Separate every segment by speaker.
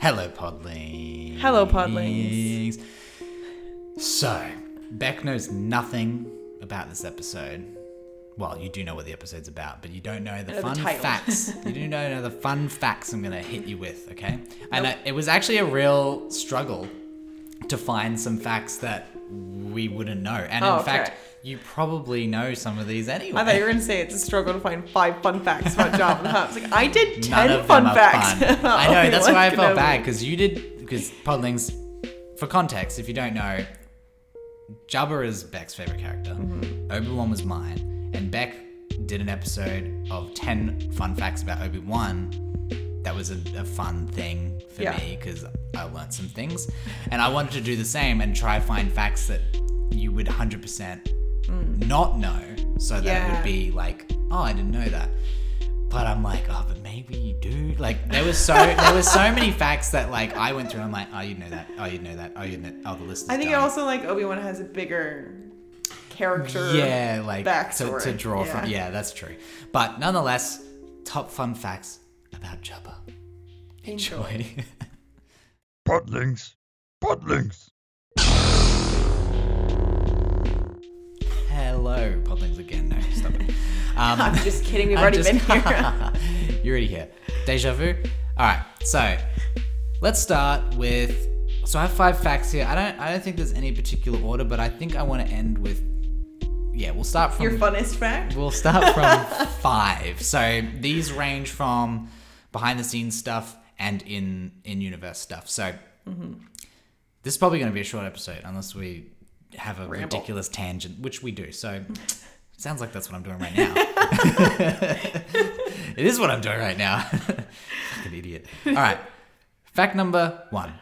Speaker 1: Hello, Podlings.
Speaker 2: Hello, Podlings.
Speaker 1: So, Beck knows nothing about this episode. Well, you do know what the episode's about, but you don't know the
Speaker 2: know the
Speaker 1: fun
Speaker 2: title.
Speaker 1: facts. you do not know the fun facts I'm going to hit you with, okay? And I, it was actually a real struggle to find some facts that we wouldn't know. And
Speaker 2: Oh,
Speaker 1: in
Speaker 2: okay.
Speaker 1: fact, you probably know some of these anyway.
Speaker 2: I thought you were going to say it's a struggle to find five fun facts about Jonathan Hunt. Like, I did
Speaker 1: None
Speaker 2: 10
Speaker 1: of
Speaker 2: fun
Speaker 1: them are
Speaker 2: facts.
Speaker 1: fun. I know,
Speaker 2: Only
Speaker 1: that's
Speaker 2: one
Speaker 1: why I
Speaker 2: can
Speaker 1: felt
Speaker 2: have-
Speaker 1: bad because you did, because Podlings, for context, if you don't know, Jabba is Beck's favorite character,
Speaker 2: Mm-hmm.
Speaker 1: Obi Wan was mine, and Beck did an episode of 10 fun facts about Obi Wan. That was a, a fun thing for
Speaker 2: Yeah.
Speaker 1: me because I learned some things. And I wanted to do the same and try find facts that you would 100% not know so that it
Speaker 2: Mm. Yeah.
Speaker 1: would be like, oh, I didn't know that. But I'm like, oh, but maybe you do. Like there was so there was so many facts that like I went through. and I'm like, oh, you know that. Oh, you know that. Oh, you know. Oh, the list. Is
Speaker 2: I think
Speaker 1: done.
Speaker 2: also, like, Obi Wan has a bigger character.
Speaker 1: Yeah, like to,
Speaker 2: backstory.
Speaker 1: to draw from.
Speaker 2: Yeah.
Speaker 1: Yeah, that's true. But nonetheless, top fun facts about Jabba.
Speaker 2: Enjoy.
Speaker 1: Enjoy.
Speaker 3: Podlings. Podlings.
Speaker 1: Hello, Podlings again. No, stop it. Um,
Speaker 2: I'm just kidding. We've
Speaker 1: I'm
Speaker 2: already
Speaker 1: just-
Speaker 2: been here.
Speaker 1: You're already here. Deja vu. All right, so let's start with. So I have five facts here. I don't. I don't think there's any particular order, but I think I want to end with. Yeah, we'll start from
Speaker 2: Your funnest fact?
Speaker 1: We'll start from five. So these range from behind the scenes stuff and in in universe stuff. So this is probably going to be a short episode unless we have a
Speaker 2: Ramble.
Speaker 1: ridiculous tangent, which we do. So sounds like that's what I'm doing right now. it is what I'm doing right now. Fucking idiot. All right. Fact number one.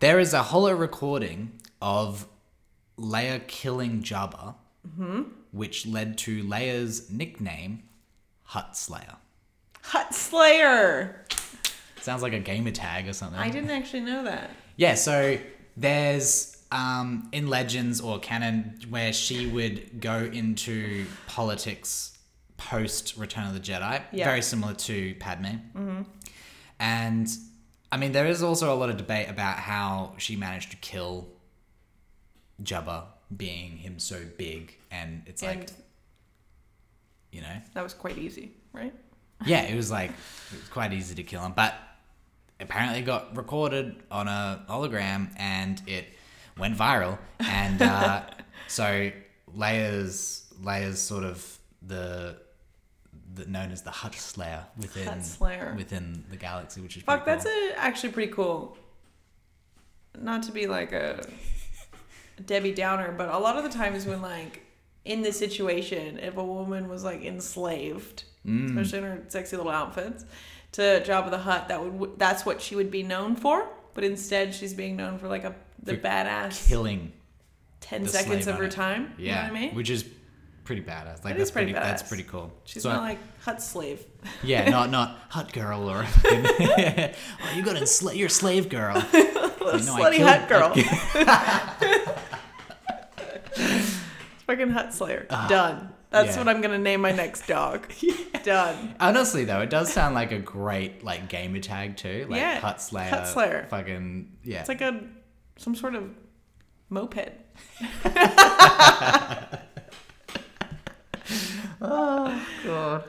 Speaker 1: There is a hollow recording of Leia killing Jabba, which led to Leia's nickname, Hut Slayer.
Speaker 2: Hut Slayer.
Speaker 1: Sounds like a gamer tag or something.
Speaker 2: I didn't actually know that.
Speaker 1: Yeah, so there's um, in Legends or canon where she would go into politics post Return of the Jedi,
Speaker 2: Yeah.
Speaker 1: very similar to Padme. Mm-hmm. And I mean, there is also a lot of debate about how she managed to kill Jabba, being him so big, and it's like
Speaker 2: and
Speaker 1: you know,
Speaker 2: that was quite easy, right?
Speaker 1: yeah, it was like it was quite easy to kill him, but apparently it got recorded on a hologram and it went viral, and uh, so layers layers sort of the, the known as the Hut Slayer within
Speaker 2: Hut Slayer.
Speaker 1: within the galaxy, which is
Speaker 2: Fuck,
Speaker 1: pretty
Speaker 2: that's
Speaker 1: cool.
Speaker 2: a, actually pretty cool. Not to be like a Debbie Downer, but a lot of the times when like in this situation, if a woman was like enslaved,
Speaker 1: Mm.
Speaker 2: especially in her sexy little outfits, to Job of the Hut, that would that's what she would be known for. But instead, she's being known for like a the
Speaker 1: For
Speaker 2: badass
Speaker 1: killing.
Speaker 2: ten
Speaker 1: the
Speaker 2: seconds
Speaker 1: slave
Speaker 2: of her
Speaker 1: owner.
Speaker 2: time.
Speaker 1: Yeah,
Speaker 2: you know what I mean?
Speaker 1: which is pretty badass. Like that's
Speaker 2: That is pretty
Speaker 1: pretty, that's
Speaker 2: badass.
Speaker 1: pretty cool.
Speaker 2: she's
Speaker 1: So I-
Speaker 2: not like hut slave.
Speaker 1: Yeah, not not hut girl or oh you got ensla- you're a slave girl. Like, no, I
Speaker 2: Slutty
Speaker 1: killed-
Speaker 2: hut girl. Fucking hut slayer. Done. That's
Speaker 1: Uh-huh. yeah.
Speaker 2: what I'm gonna name my next dog. Done.
Speaker 1: Honestly though, it does sound like a great like gamer tag too. Like
Speaker 2: Yeah,
Speaker 1: hut slayer.
Speaker 2: hut slayer.
Speaker 1: Fucking yeah.
Speaker 2: It's like a some sort of moped.
Speaker 1: god.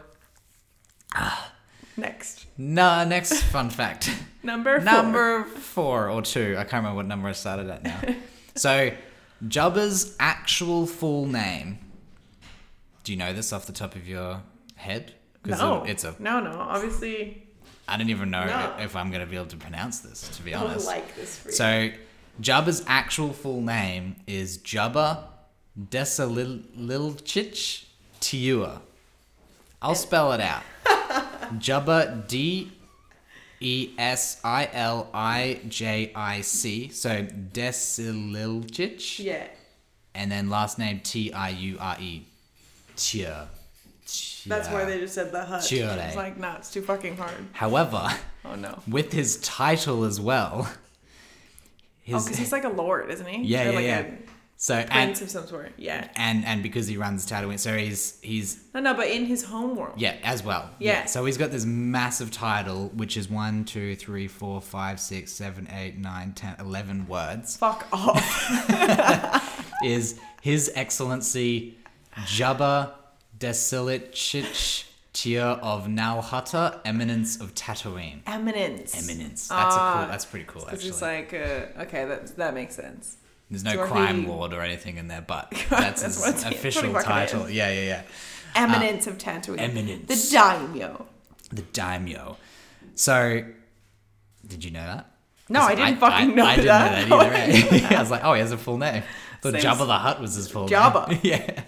Speaker 2: Next
Speaker 1: Nah, next fun fact.
Speaker 2: number four.
Speaker 1: number four or two. I can't remember what number I started at now. so Jubba's actual full name. Do you know this off the top of your head?
Speaker 2: No,
Speaker 1: it's a.
Speaker 2: no, no. Obviously,
Speaker 1: I don't even know
Speaker 2: No.
Speaker 1: if I'm gonna be able to pronounce this. To be
Speaker 2: I would
Speaker 1: honest,
Speaker 2: like this for you.
Speaker 1: So Jabba's actual full name is Jabba Desalilchich Tiua. I'll spell it out. Jabba D E S I L I J I C. So Desililchich.
Speaker 2: yeah,
Speaker 1: And then last name T I U R E. Tia.
Speaker 2: that's why they just said the hut.
Speaker 1: Sure, eh?
Speaker 2: It's like, nah, it's too fucking hard.
Speaker 1: However,
Speaker 2: Oh no.
Speaker 1: with his title as well.
Speaker 2: Oh,
Speaker 1: His,
Speaker 2: because Oh, he's like a lord, isn't he?
Speaker 1: Yeah,
Speaker 2: Or
Speaker 1: yeah,
Speaker 2: like
Speaker 1: yeah.
Speaker 2: a-
Speaker 1: So and
Speaker 2: Prince of some sort. Yeah.
Speaker 1: and and because he runs Tatooine, so he's he's
Speaker 2: No, no, but in his home world.
Speaker 1: yeah as well.
Speaker 2: Yeah.
Speaker 1: So he's got this massive title, which is one, two, three, four, five, six, seven, eight, nine, ten, eleven words.
Speaker 2: Fuck off.
Speaker 1: Is His Excellency Jabba Dasilich Tier of Nalhutta, Eminence of Tatooine.
Speaker 2: Eminence.
Speaker 1: Eminence. That's a cool.
Speaker 2: Ah,
Speaker 1: That's pretty cool.
Speaker 2: It's
Speaker 1: Actually,
Speaker 2: just like uh, okay, that that makes sense.
Speaker 1: there's no
Speaker 2: Dorothy-
Speaker 1: crime lord or anything in there, but that's,
Speaker 2: That's
Speaker 1: his
Speaker 2: what it- that's what it
Speaker 1: official
Speaker 2: fucking
Speaker 1: title.
Speaker 2: is.
Speaker 1: Yeah, yeah, yeah.
Speaker 2: Eminence of Tatooine.
Speaker 1: Eminence.
Speaker 2: The daimyo.
Speaker 1: The daimyo. So, did you know that?
Speaker 2: No, I didn't fucking know
Speaker 1: I didn't
Speaker 2: that.
Speaker 1: know
Speaker 2: No,
Speaker 1: that
Speaker 2: I
Speaker 1: either. eh? I was like, oh, he has a full name. Thought
Speaker 2: Same
Speaker 1: Jabba
Speaker 2: s-
Speaker 1: the Hutt was his full name.
Speaker 2: Jabba.
Speaker 1: yeah.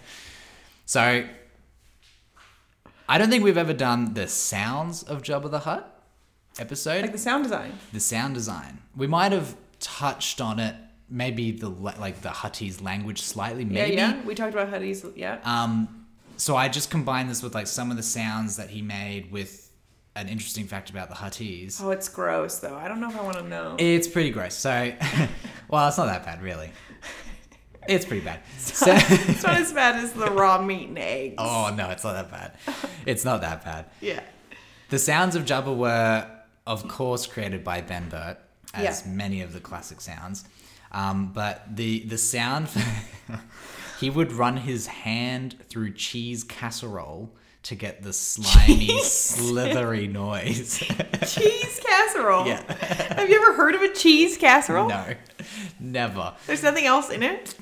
Speaker 1: So, I don't think we've ever done the sounds of Jabba the Hutt episode.
Speaker 2: Like the sound design.
Speaker 1: the sound design. We might have touched on it, maybe the la- like the Huttese language slightly, maybe.
Speaker 2: Yeah, yeah. We talked about how to use yeah.
Speaker 1: Um, so I just combined this with like some of the sounds that he made with an interesting fact about the Huttese.
Speaker 2: oh, it's gross though. I don't know if I want to know.
Speaker 1: It's pretty gross. So, well, it's not that bad, really. It's pretty bad. So,
Speaker 2: it's not as bad as the raw meat and eggs.
Speaker 1: oh no, it's not that bad. It's not that bad.
Speaker 2: Yeah.
Speaker 1: The sounds of Jabba were, of course, created by Ben Burt, as
Speaker 2: Yeah.
Speaker 1: many of the classic sounds. Um, but the the sound he would run his hand through cheese casserole to get the slimy, slithery noise.
Speaker 2: Cheese casserole.
Speaker 1: Yeah.
Speaker 2: Have you ever heard of a cheese casserole?
Speaker 1: no, never.
Speaker 2: There's nothing else in it.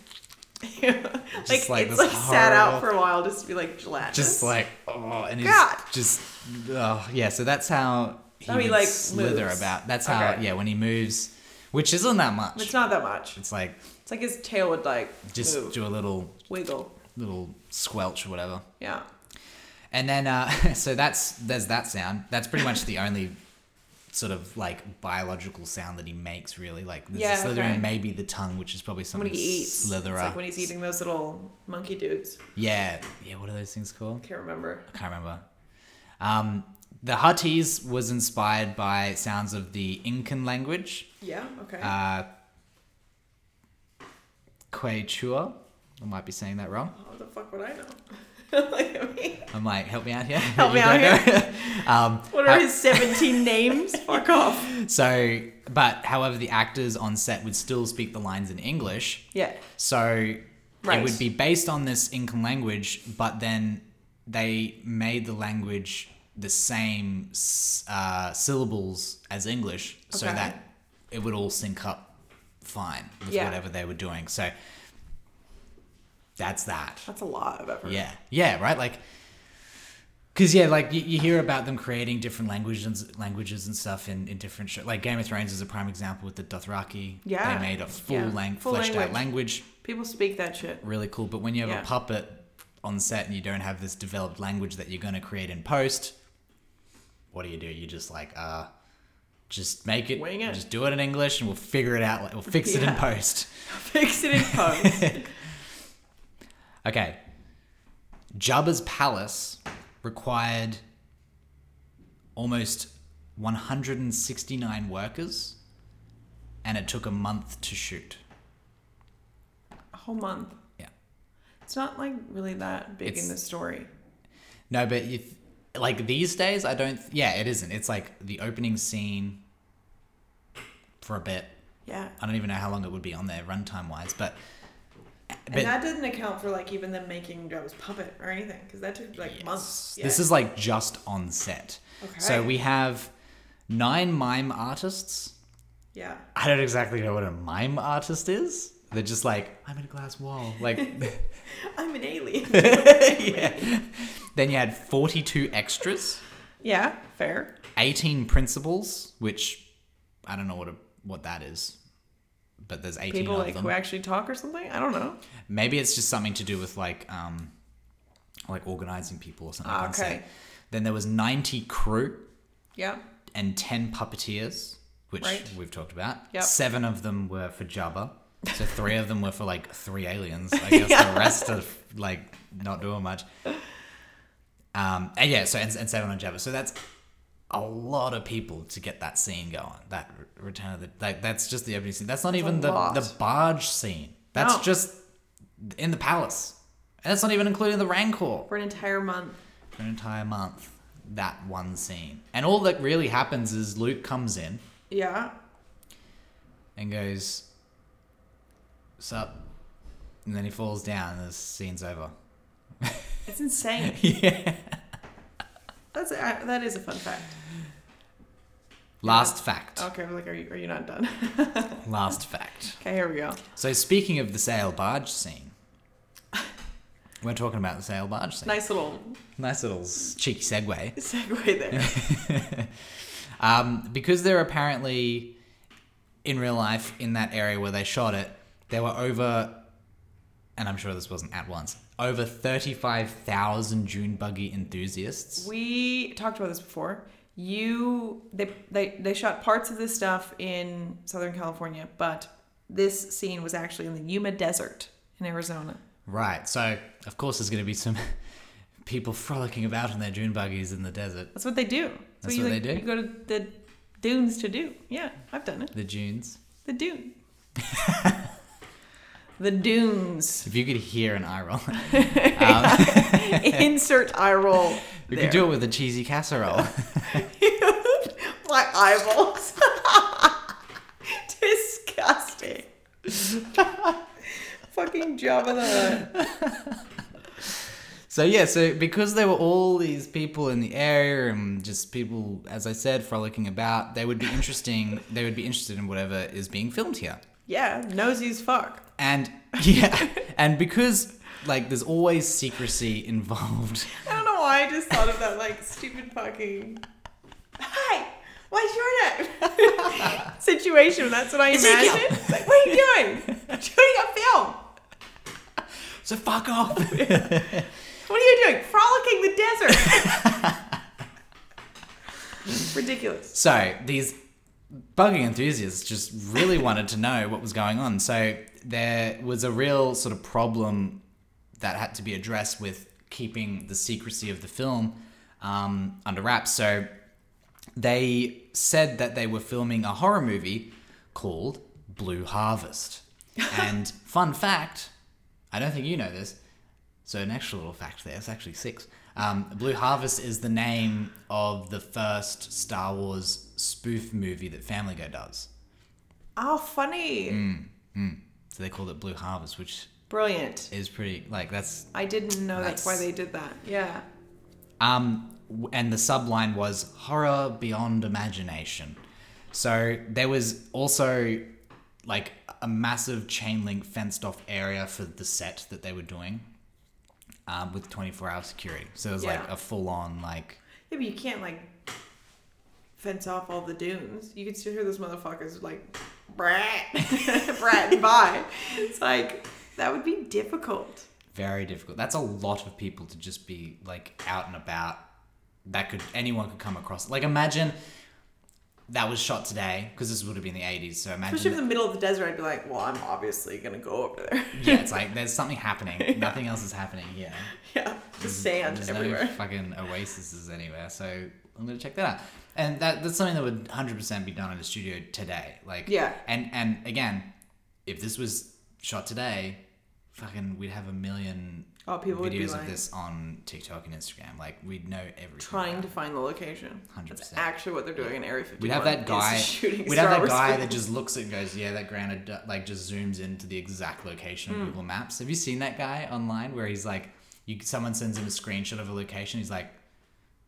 Speaker 2: like,
Speaker 1: like this
Speaker 2: it's like sat
Speaker 1: horrible-
Speaker 2: out for a while just to be like gelatinous.
Speaker 1: Just like oh, and he's
Speaker 2: God.
Speaker 1: just oh yeah. So that's how he,
Speaker 2: How he,
Speaker 1: would
Speaker 2: like,
Speaker 1: slither
Speaker 2: moves.
Speaker 1: about. That's how
Speaker 2: Okay.
Speaker 1: yeah when he moves, which isn't that much.
Speaker 2: it's not that much.
Speaker 1: it's like
Speaker 2: It's like his tail would like
Speaker 1: just
Speaker 2: move,
Speaker 1: do a little
Speaker 2: wiggle.
Speaker 1: little squelch or whatever.
Speaker 2: Yeah.
Speaker 1: And then uh, so that's there's that sound. That's pretty much the only sort of like biological sound that he makes really. Like there's
Speaker 2: Yeah,
Speaker 1: the slithering,
Speaker 2: okay.
Speaker 1: maybe the tongue, which is probably
Speaker 2: When
Speaker 1: something
Speaker 2: he eats.
Speaker 1: slitherer.
Speaker 2: It's like when he's eating those little monkey dudes.
Speaker 1: Yeah, yeah. What are those things called?
Speaker 2: I can't remember.
Speaker 1: I can't remember. Um, the Huttese was inspired by sounds of the Incan language,
Speaker 2: Yeah, okay.
Speaker 1: uh, Quechua. I might be saying that wrong.
Speaker 2: How the fuck would I know? Like, I mean,
Speaker 1: I'm like, help me out here.
Speaker 2: Help me
Speaker 1: You don't
Speaker 2: out
Speaker 1: know? um,
Speaker 2: what
Speaker 1: how-
Speaker 2: are his 17 names? Fuck off.
Speaker 1: So, but however, the actors on set would still speak the lines in English.
Speaker 2: Yeah.
Speaker 1: So it
Speaker 2: Right.
Speaker 1: would be based on this Incan language, but then they made the language the same s- uh, syllables as English so
Speaker 2: Okay.
Speaker 1: that it would all sync up fine with
Speaker 2: Yeah.
Speaker 1: whatever they were doing. So that's that.
Speaker 2: That's a lot of effort.
Speaker 1: Yeah, yeah, right. Like, because yeah, like you, you hear about them creating different languages, languages and stuff in in different shows. Like Game of Thrones is a prime example with the Dothraki.
Speaker 2: Yeah.
Speaker 1: they made a full
Speaker 2: Yeah.
Speaker 1: length,
Speaker 2: Full
Speaker 1: fleshed out
Speaker 2: language.
Speaker 1: language.
Speaker 2: People speak that shit.
Speaker 1: Really cool. But when you have
Speaker 2: Yeah.
Speaker 1: a puppet on set and you don't have this developed language that you're going to create in post, what do you do? You just like uh. Just make it,
Speaker 2: Wing it.
Speaker 1: Just do it in English, and we'll figure it out. Like, we'll fix it in
Speaker 2: Yeah.
Speaker 1: post.
Speaker 2: Fix it in post.
Speaker 1: Okay. Jabba's palace required almost 169 workers, and it took a month to shoot.
Speaker 2: a whole month.
Speaker 1: Yeah.
Speaker 2: It's not like really that big
Speaker 1: It's-
Speaker 2: in the story.
Speaker 1: No, but if like these days, I don't. yeah, it isn't. It's like the opening scene for a bit.
Speaker 2: Yeah.
Speaker 1: I don't even know how long it would be on there runtime wise, but but-
Speaker 2: and that doesn't account for like even them making Jabba's puppet or anything because that took like months.
Speaker 1: This is like just on set. So
Speaker 2: Okay.
Speaker 1: we have nine mime artists.
Speaker 2: yeah.
Speaker 1: I don't exactly know what a mime artist is. They're just like, I'm in a glass wall. Like,
Speaker 2: I'm an alien.
Speaker 1: yeah. Then you had 42 extras,
Speaker 2: yeah, fair.
Speaker 1: 18 principals, which I don't know what a, what that is, but there's 18
Speaker 2: People
Speaker 1: of
Speaker 2: like
Speaker 1: them.
Speaker 2: who actually talk or something. I don't know.
Speaker 1: Maybe it's just something to do with like, um, like organizing people or something.
Speaker 2: Ah,
Speaker 1: on set.
Speaker 2: okay.
Speaker 1: Then there was 90 crew
Speaker 2: Yeah.
Speaker 1: and 10 puppeteers, which
Speaker 2: Right.
Speaker 1: we've talked about.
Speaker 2: Yep.
Speaker 1: Seven of them were for Jabba. So three of them were for like three aliens. I guess the rest are like not doing much. Um, and yeah, so and, and seven on Jabba. So that's a lot of people to get that scene going. That r- Return of the like that's just the opening scene. That's not even the
Speaker 2: lot.
Speaker 1: the barge scene. That's
Speaker 2: No.
Speaker 1: just in the palace. And that's not even including the Rancor.
Speaker 2: for an entire month.
Speaker 1: for an entire month that one scene. And all that really happens is Luke comes in
Speaker 2: Yeah.
Speaker 1: and goes, Sup? And then he falls down and the scene's over.
Speaker 2: It's insane.
Speaker 1: yeah.
Speaker 2: That's a, that is a fun fact.
Speaker 1: Last fact.
Speaker 2: Okay, I'm like, are you are you not done?
Speaker 1: Last fact.
Speaker 2: Okay, here we go.
Speaker 1: So, speaking of the sail barge scene, we're talking about the sail barge scene.
Speaker 2: Nice little
Speaker 1: Nice little s- cheeky segue.
Speaker 2: segue there.
Speaker 1: um, because they're apparently in real life in that area where they shot it, there were over, and I'm sure this wasn't at once, over 35,000 June buggy enthusiasts.
Speaker 2: We talked about this before. You they they they shot parts of this stuff in Southern California, but this scene was actually in the Yuma Desert in Arizona.
Speaker 1: Right, so of course there's going to be some people frolicking about in their June buggies in the desert,
Speaker 2: That's what they do.
Speaker 1: That's
Speaker 2: you,
Speaker 1: what
Speaker 2: like,
Speaker 1: they do?
Speaker 2: You go to the dunes to do. Yeah, I've done it.
Speaker 1: the dunes.
Speaker 2: The dune. the dunes.
Speaker 1: If you could hear an eye roll,
Speaker 2: Insert eye roll.
Speaker 1: we
Speaker 2: there.
Speaker 1: could do it with a cheesy casserole.
Speaker 2: My eyeballs. Disgusting. Fucking Jabba the Hutt.
Speaker 1: So yeah, so because there were all these people in the area and just people, as I said, frolicking about, they would be interesting. they would be interested in whatever is being filmed here,
Speaker 2: Yeah, nosy as fuck.
Speaker 1: and yeah, and because like there's always secrecy involved.
Speaker 2: I don't know why I just thought of that like stupid fucking. Hi, what's your name? Situation. That's what I
Speaker 1: Ezekiel.
Speaker 2: imagined. It's Like, what are you doing? You're shooting a film.
Speaker 1: So fuck off.
Speaker 2: What are you doing? Frolicking the desert. Ridiculous.
Speaker 1: So these buggy enthusiasts just really wanted to know what was going on. So there was a real sort of problem that had to be addressed with keeping the secrecy of the film um, under wraps. So they said that they were filming a horror movie called Blue Harvest. and fun fact, I don't think you know this. So an extra little fact there. It's actually six. Um, Blue Harvest is the name of the first Star Wars spoof movie that Family Guy does.
Speaker 2: Oh, funny.
Speaker 1: So they called it Blue Harvest, which
Speaker 2: Brilliant.
Speaker 1: is pretty like that's
Speaker 2: I didn't know that's why
Speaker 1: That's-
Speaker 2: they did that. Yeah.
Speaker 1: Um, w- and the subline was horror beyond imagination. So there was also like a massive chain link fenced off area for the set that they were doing um, with 24 hour security. So it was like
Speaker 2: Yeah.
Speaker 1: a full on, like,
Speaker 2: Yeah, but you can't like fence off all the dunes. You can still hear those motherfuckers like brat, brat, and bye. It's like that would be difficult.
Speaker 1: very difficult. That's a lot of people to just be like out and about. That could, anyone could come across. Like, imagine that was shot today because this would have been the 80s. So imagine.
Speaker 2: Especially in the middle of the desert, I'd be like, well, I'm obviously gonna go over there.
Speaker 1: yeah, it's like there's something happening. Nothing else is happening here.
Speaker 2: yeah, just sand
Speaker 1: Mm, There's
Speaker 2: everywhere.
Speaker 1: no fucking oases anywhere, so I'm gonna check that out. And that that's something that would 100% be done in a studio today. Like
Speaker 2: Yeah.
Speaker 1: and and again, if this was shot today, fucking we'd have a million
Speaker 2: Oh, people would be
Speaker 1: videos
Speaker 2: like
Speaker 1: of this on TikTok and Instagram. Like we'd know everything.
Speaker 2: trying to find the location. That's
Speaker 1: 100%.
Speaker 2: actually what they're doing in Area 51.
Speaker 1: We'd have that
Speaker 2: is
Speaker 1: guy.
Speaker 2: shooting
Speaker 1: We'd have
Speaker 2: Star
Speaker 1: that
Speaker 2: Wars
Speaker 1: guy that
Speaker 2: films.
Speaker 1: just looks at and goes, "Yeah, that granite d- like just zooms into the exact location
Speaker 2: Hmm.
Speaker 1: on Google Maps." Have you seen that guy online where he's like, you, someone sends him a screenshot of a location, he's like,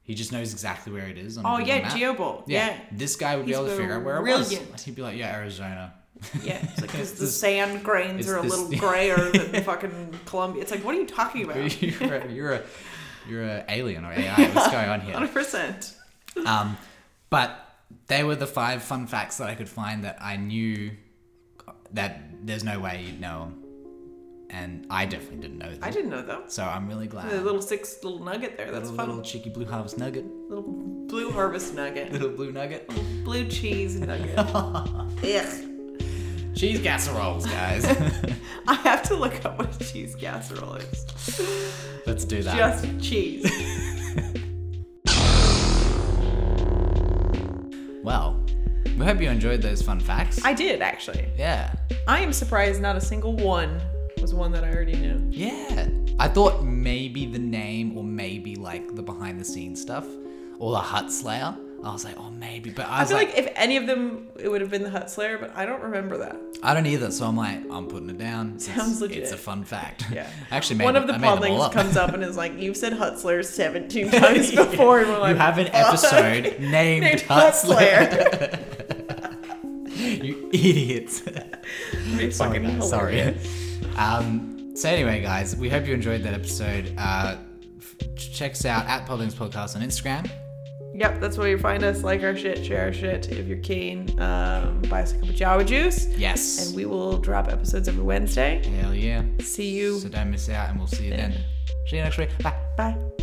Speaker 1: he just knows exactly where it is on.
Speaker 2: Oh
Speaker 1: Google
Speaker 2: yeah,
Speaker 1: Map.
Speaker 2: Geoball.
Speaker 1: Yeah.
Speaker 2: Yeah,
Speaker 1: this guy would be
Speaker 2: He's
Speaker 1: able to figure out where it was.
Speaker 2: brilliant.
Speaker 1: He'd be like, "Yeah, Arizona."
Speaker 2: yeah. It's like 'cause
Speaker 1: It's
Speaker 2: the
Speaker 1: this-
Speaker 2: sand grains
Speaker 1: it's
Speaker 2: are a
Speaker 1: this-
Speaker 2: little grayer than fucking Columbia. It's like, what are you talking about?
Speaker 1: you're, a, you're a you're a alien or AI. What's going on here?
Speaker 2: Hundred percent.
Speaker 1: Um, but they were the five fun facts that I could find that I knew that there's no way you'd know 'em. And I definitely didn't know them.
Speaker 2: I didn't know that.
Speaker 1: so I'm really glad.
Speaker 2: The little six little nugget there. That's
Speaker 1: Uh, little,
Speaker 2: fun.
Speaker 1: little cheeky blue harvest nugget.
Speaker 2: Little blue harvest nugget.
Speaker 1: Little blue nugget.
Speaker 2: Blue cheese nugget. Ugh.
Speaker 1: Cheese casseroles, guys.
Speaker 2: I have to look up what a cheese casserole is.
Speaker 1: Let's do that.
Speaker 2: Just cheese.
Speaker 1: Well, we hope you enjoyed those fun facts.
Speaker 2: I did actually.
Speaker 1: yeah.
Speaker 2: I am surprised not a single one was one that I already knew.
Speaker 1: Yeah. I thought maybe the name or maybe like the behind the scenes stuff or the Hut Slayer. I was like, oh, maybe. But I
Speaker 2: I
Speaker 1: was
Speaker 2: feel
Speaker 1: like,
Speaker 2: like, if any of them, it would have been the Hut Slayer, but I don't remember that.
Speaker 1: I don't either. So I'm like, I'm putting it down. It's-
Speaker 2: Sounds legit.
Speaker 1: It's a fun fact.
Speaker 2: Yeah.
Speaker 1: I actually made
Speaker 2: one of the
Speaker 1: I made them all
Speaker 2: podlings
Speaker 1: up.
Speaker 2: comes up and is like, "You've said Hut Slayer 17 times before," and we're like,
Speaker 1: you have an
Speaker 2: "Fuck."
Speaker 1: episode named,
Speaker 2: Named
Speaker 1: Hut
Speaker 2: Hut
Speaker 1: Slayer. you idiots.
Speaker 2: It's
Speaker 1: Sorry,
Speaker 2: fucking
Speaker 1: guys.
Speaker 2: hilarious.
Speaker 1: Sorry. Um, so anyway, guys, we hope you enjoyed that episode. Uh, f- check us out at Podlings Podcast on Instagram.
Speaker 2: Yep, that's where you find us. Like our shit, share our shit. If you're keen, um, buy us a cup of Java juice,
Speaker 1: Yes.
Speaker 2: and we will drop episodes every Wednesday.
Speaker 1: Hell yeah.
Speaker 2: See you.
Speaker 1: So don't miss out, and we'll see you then. See you next week. Bye.
Speaker 2: Bye.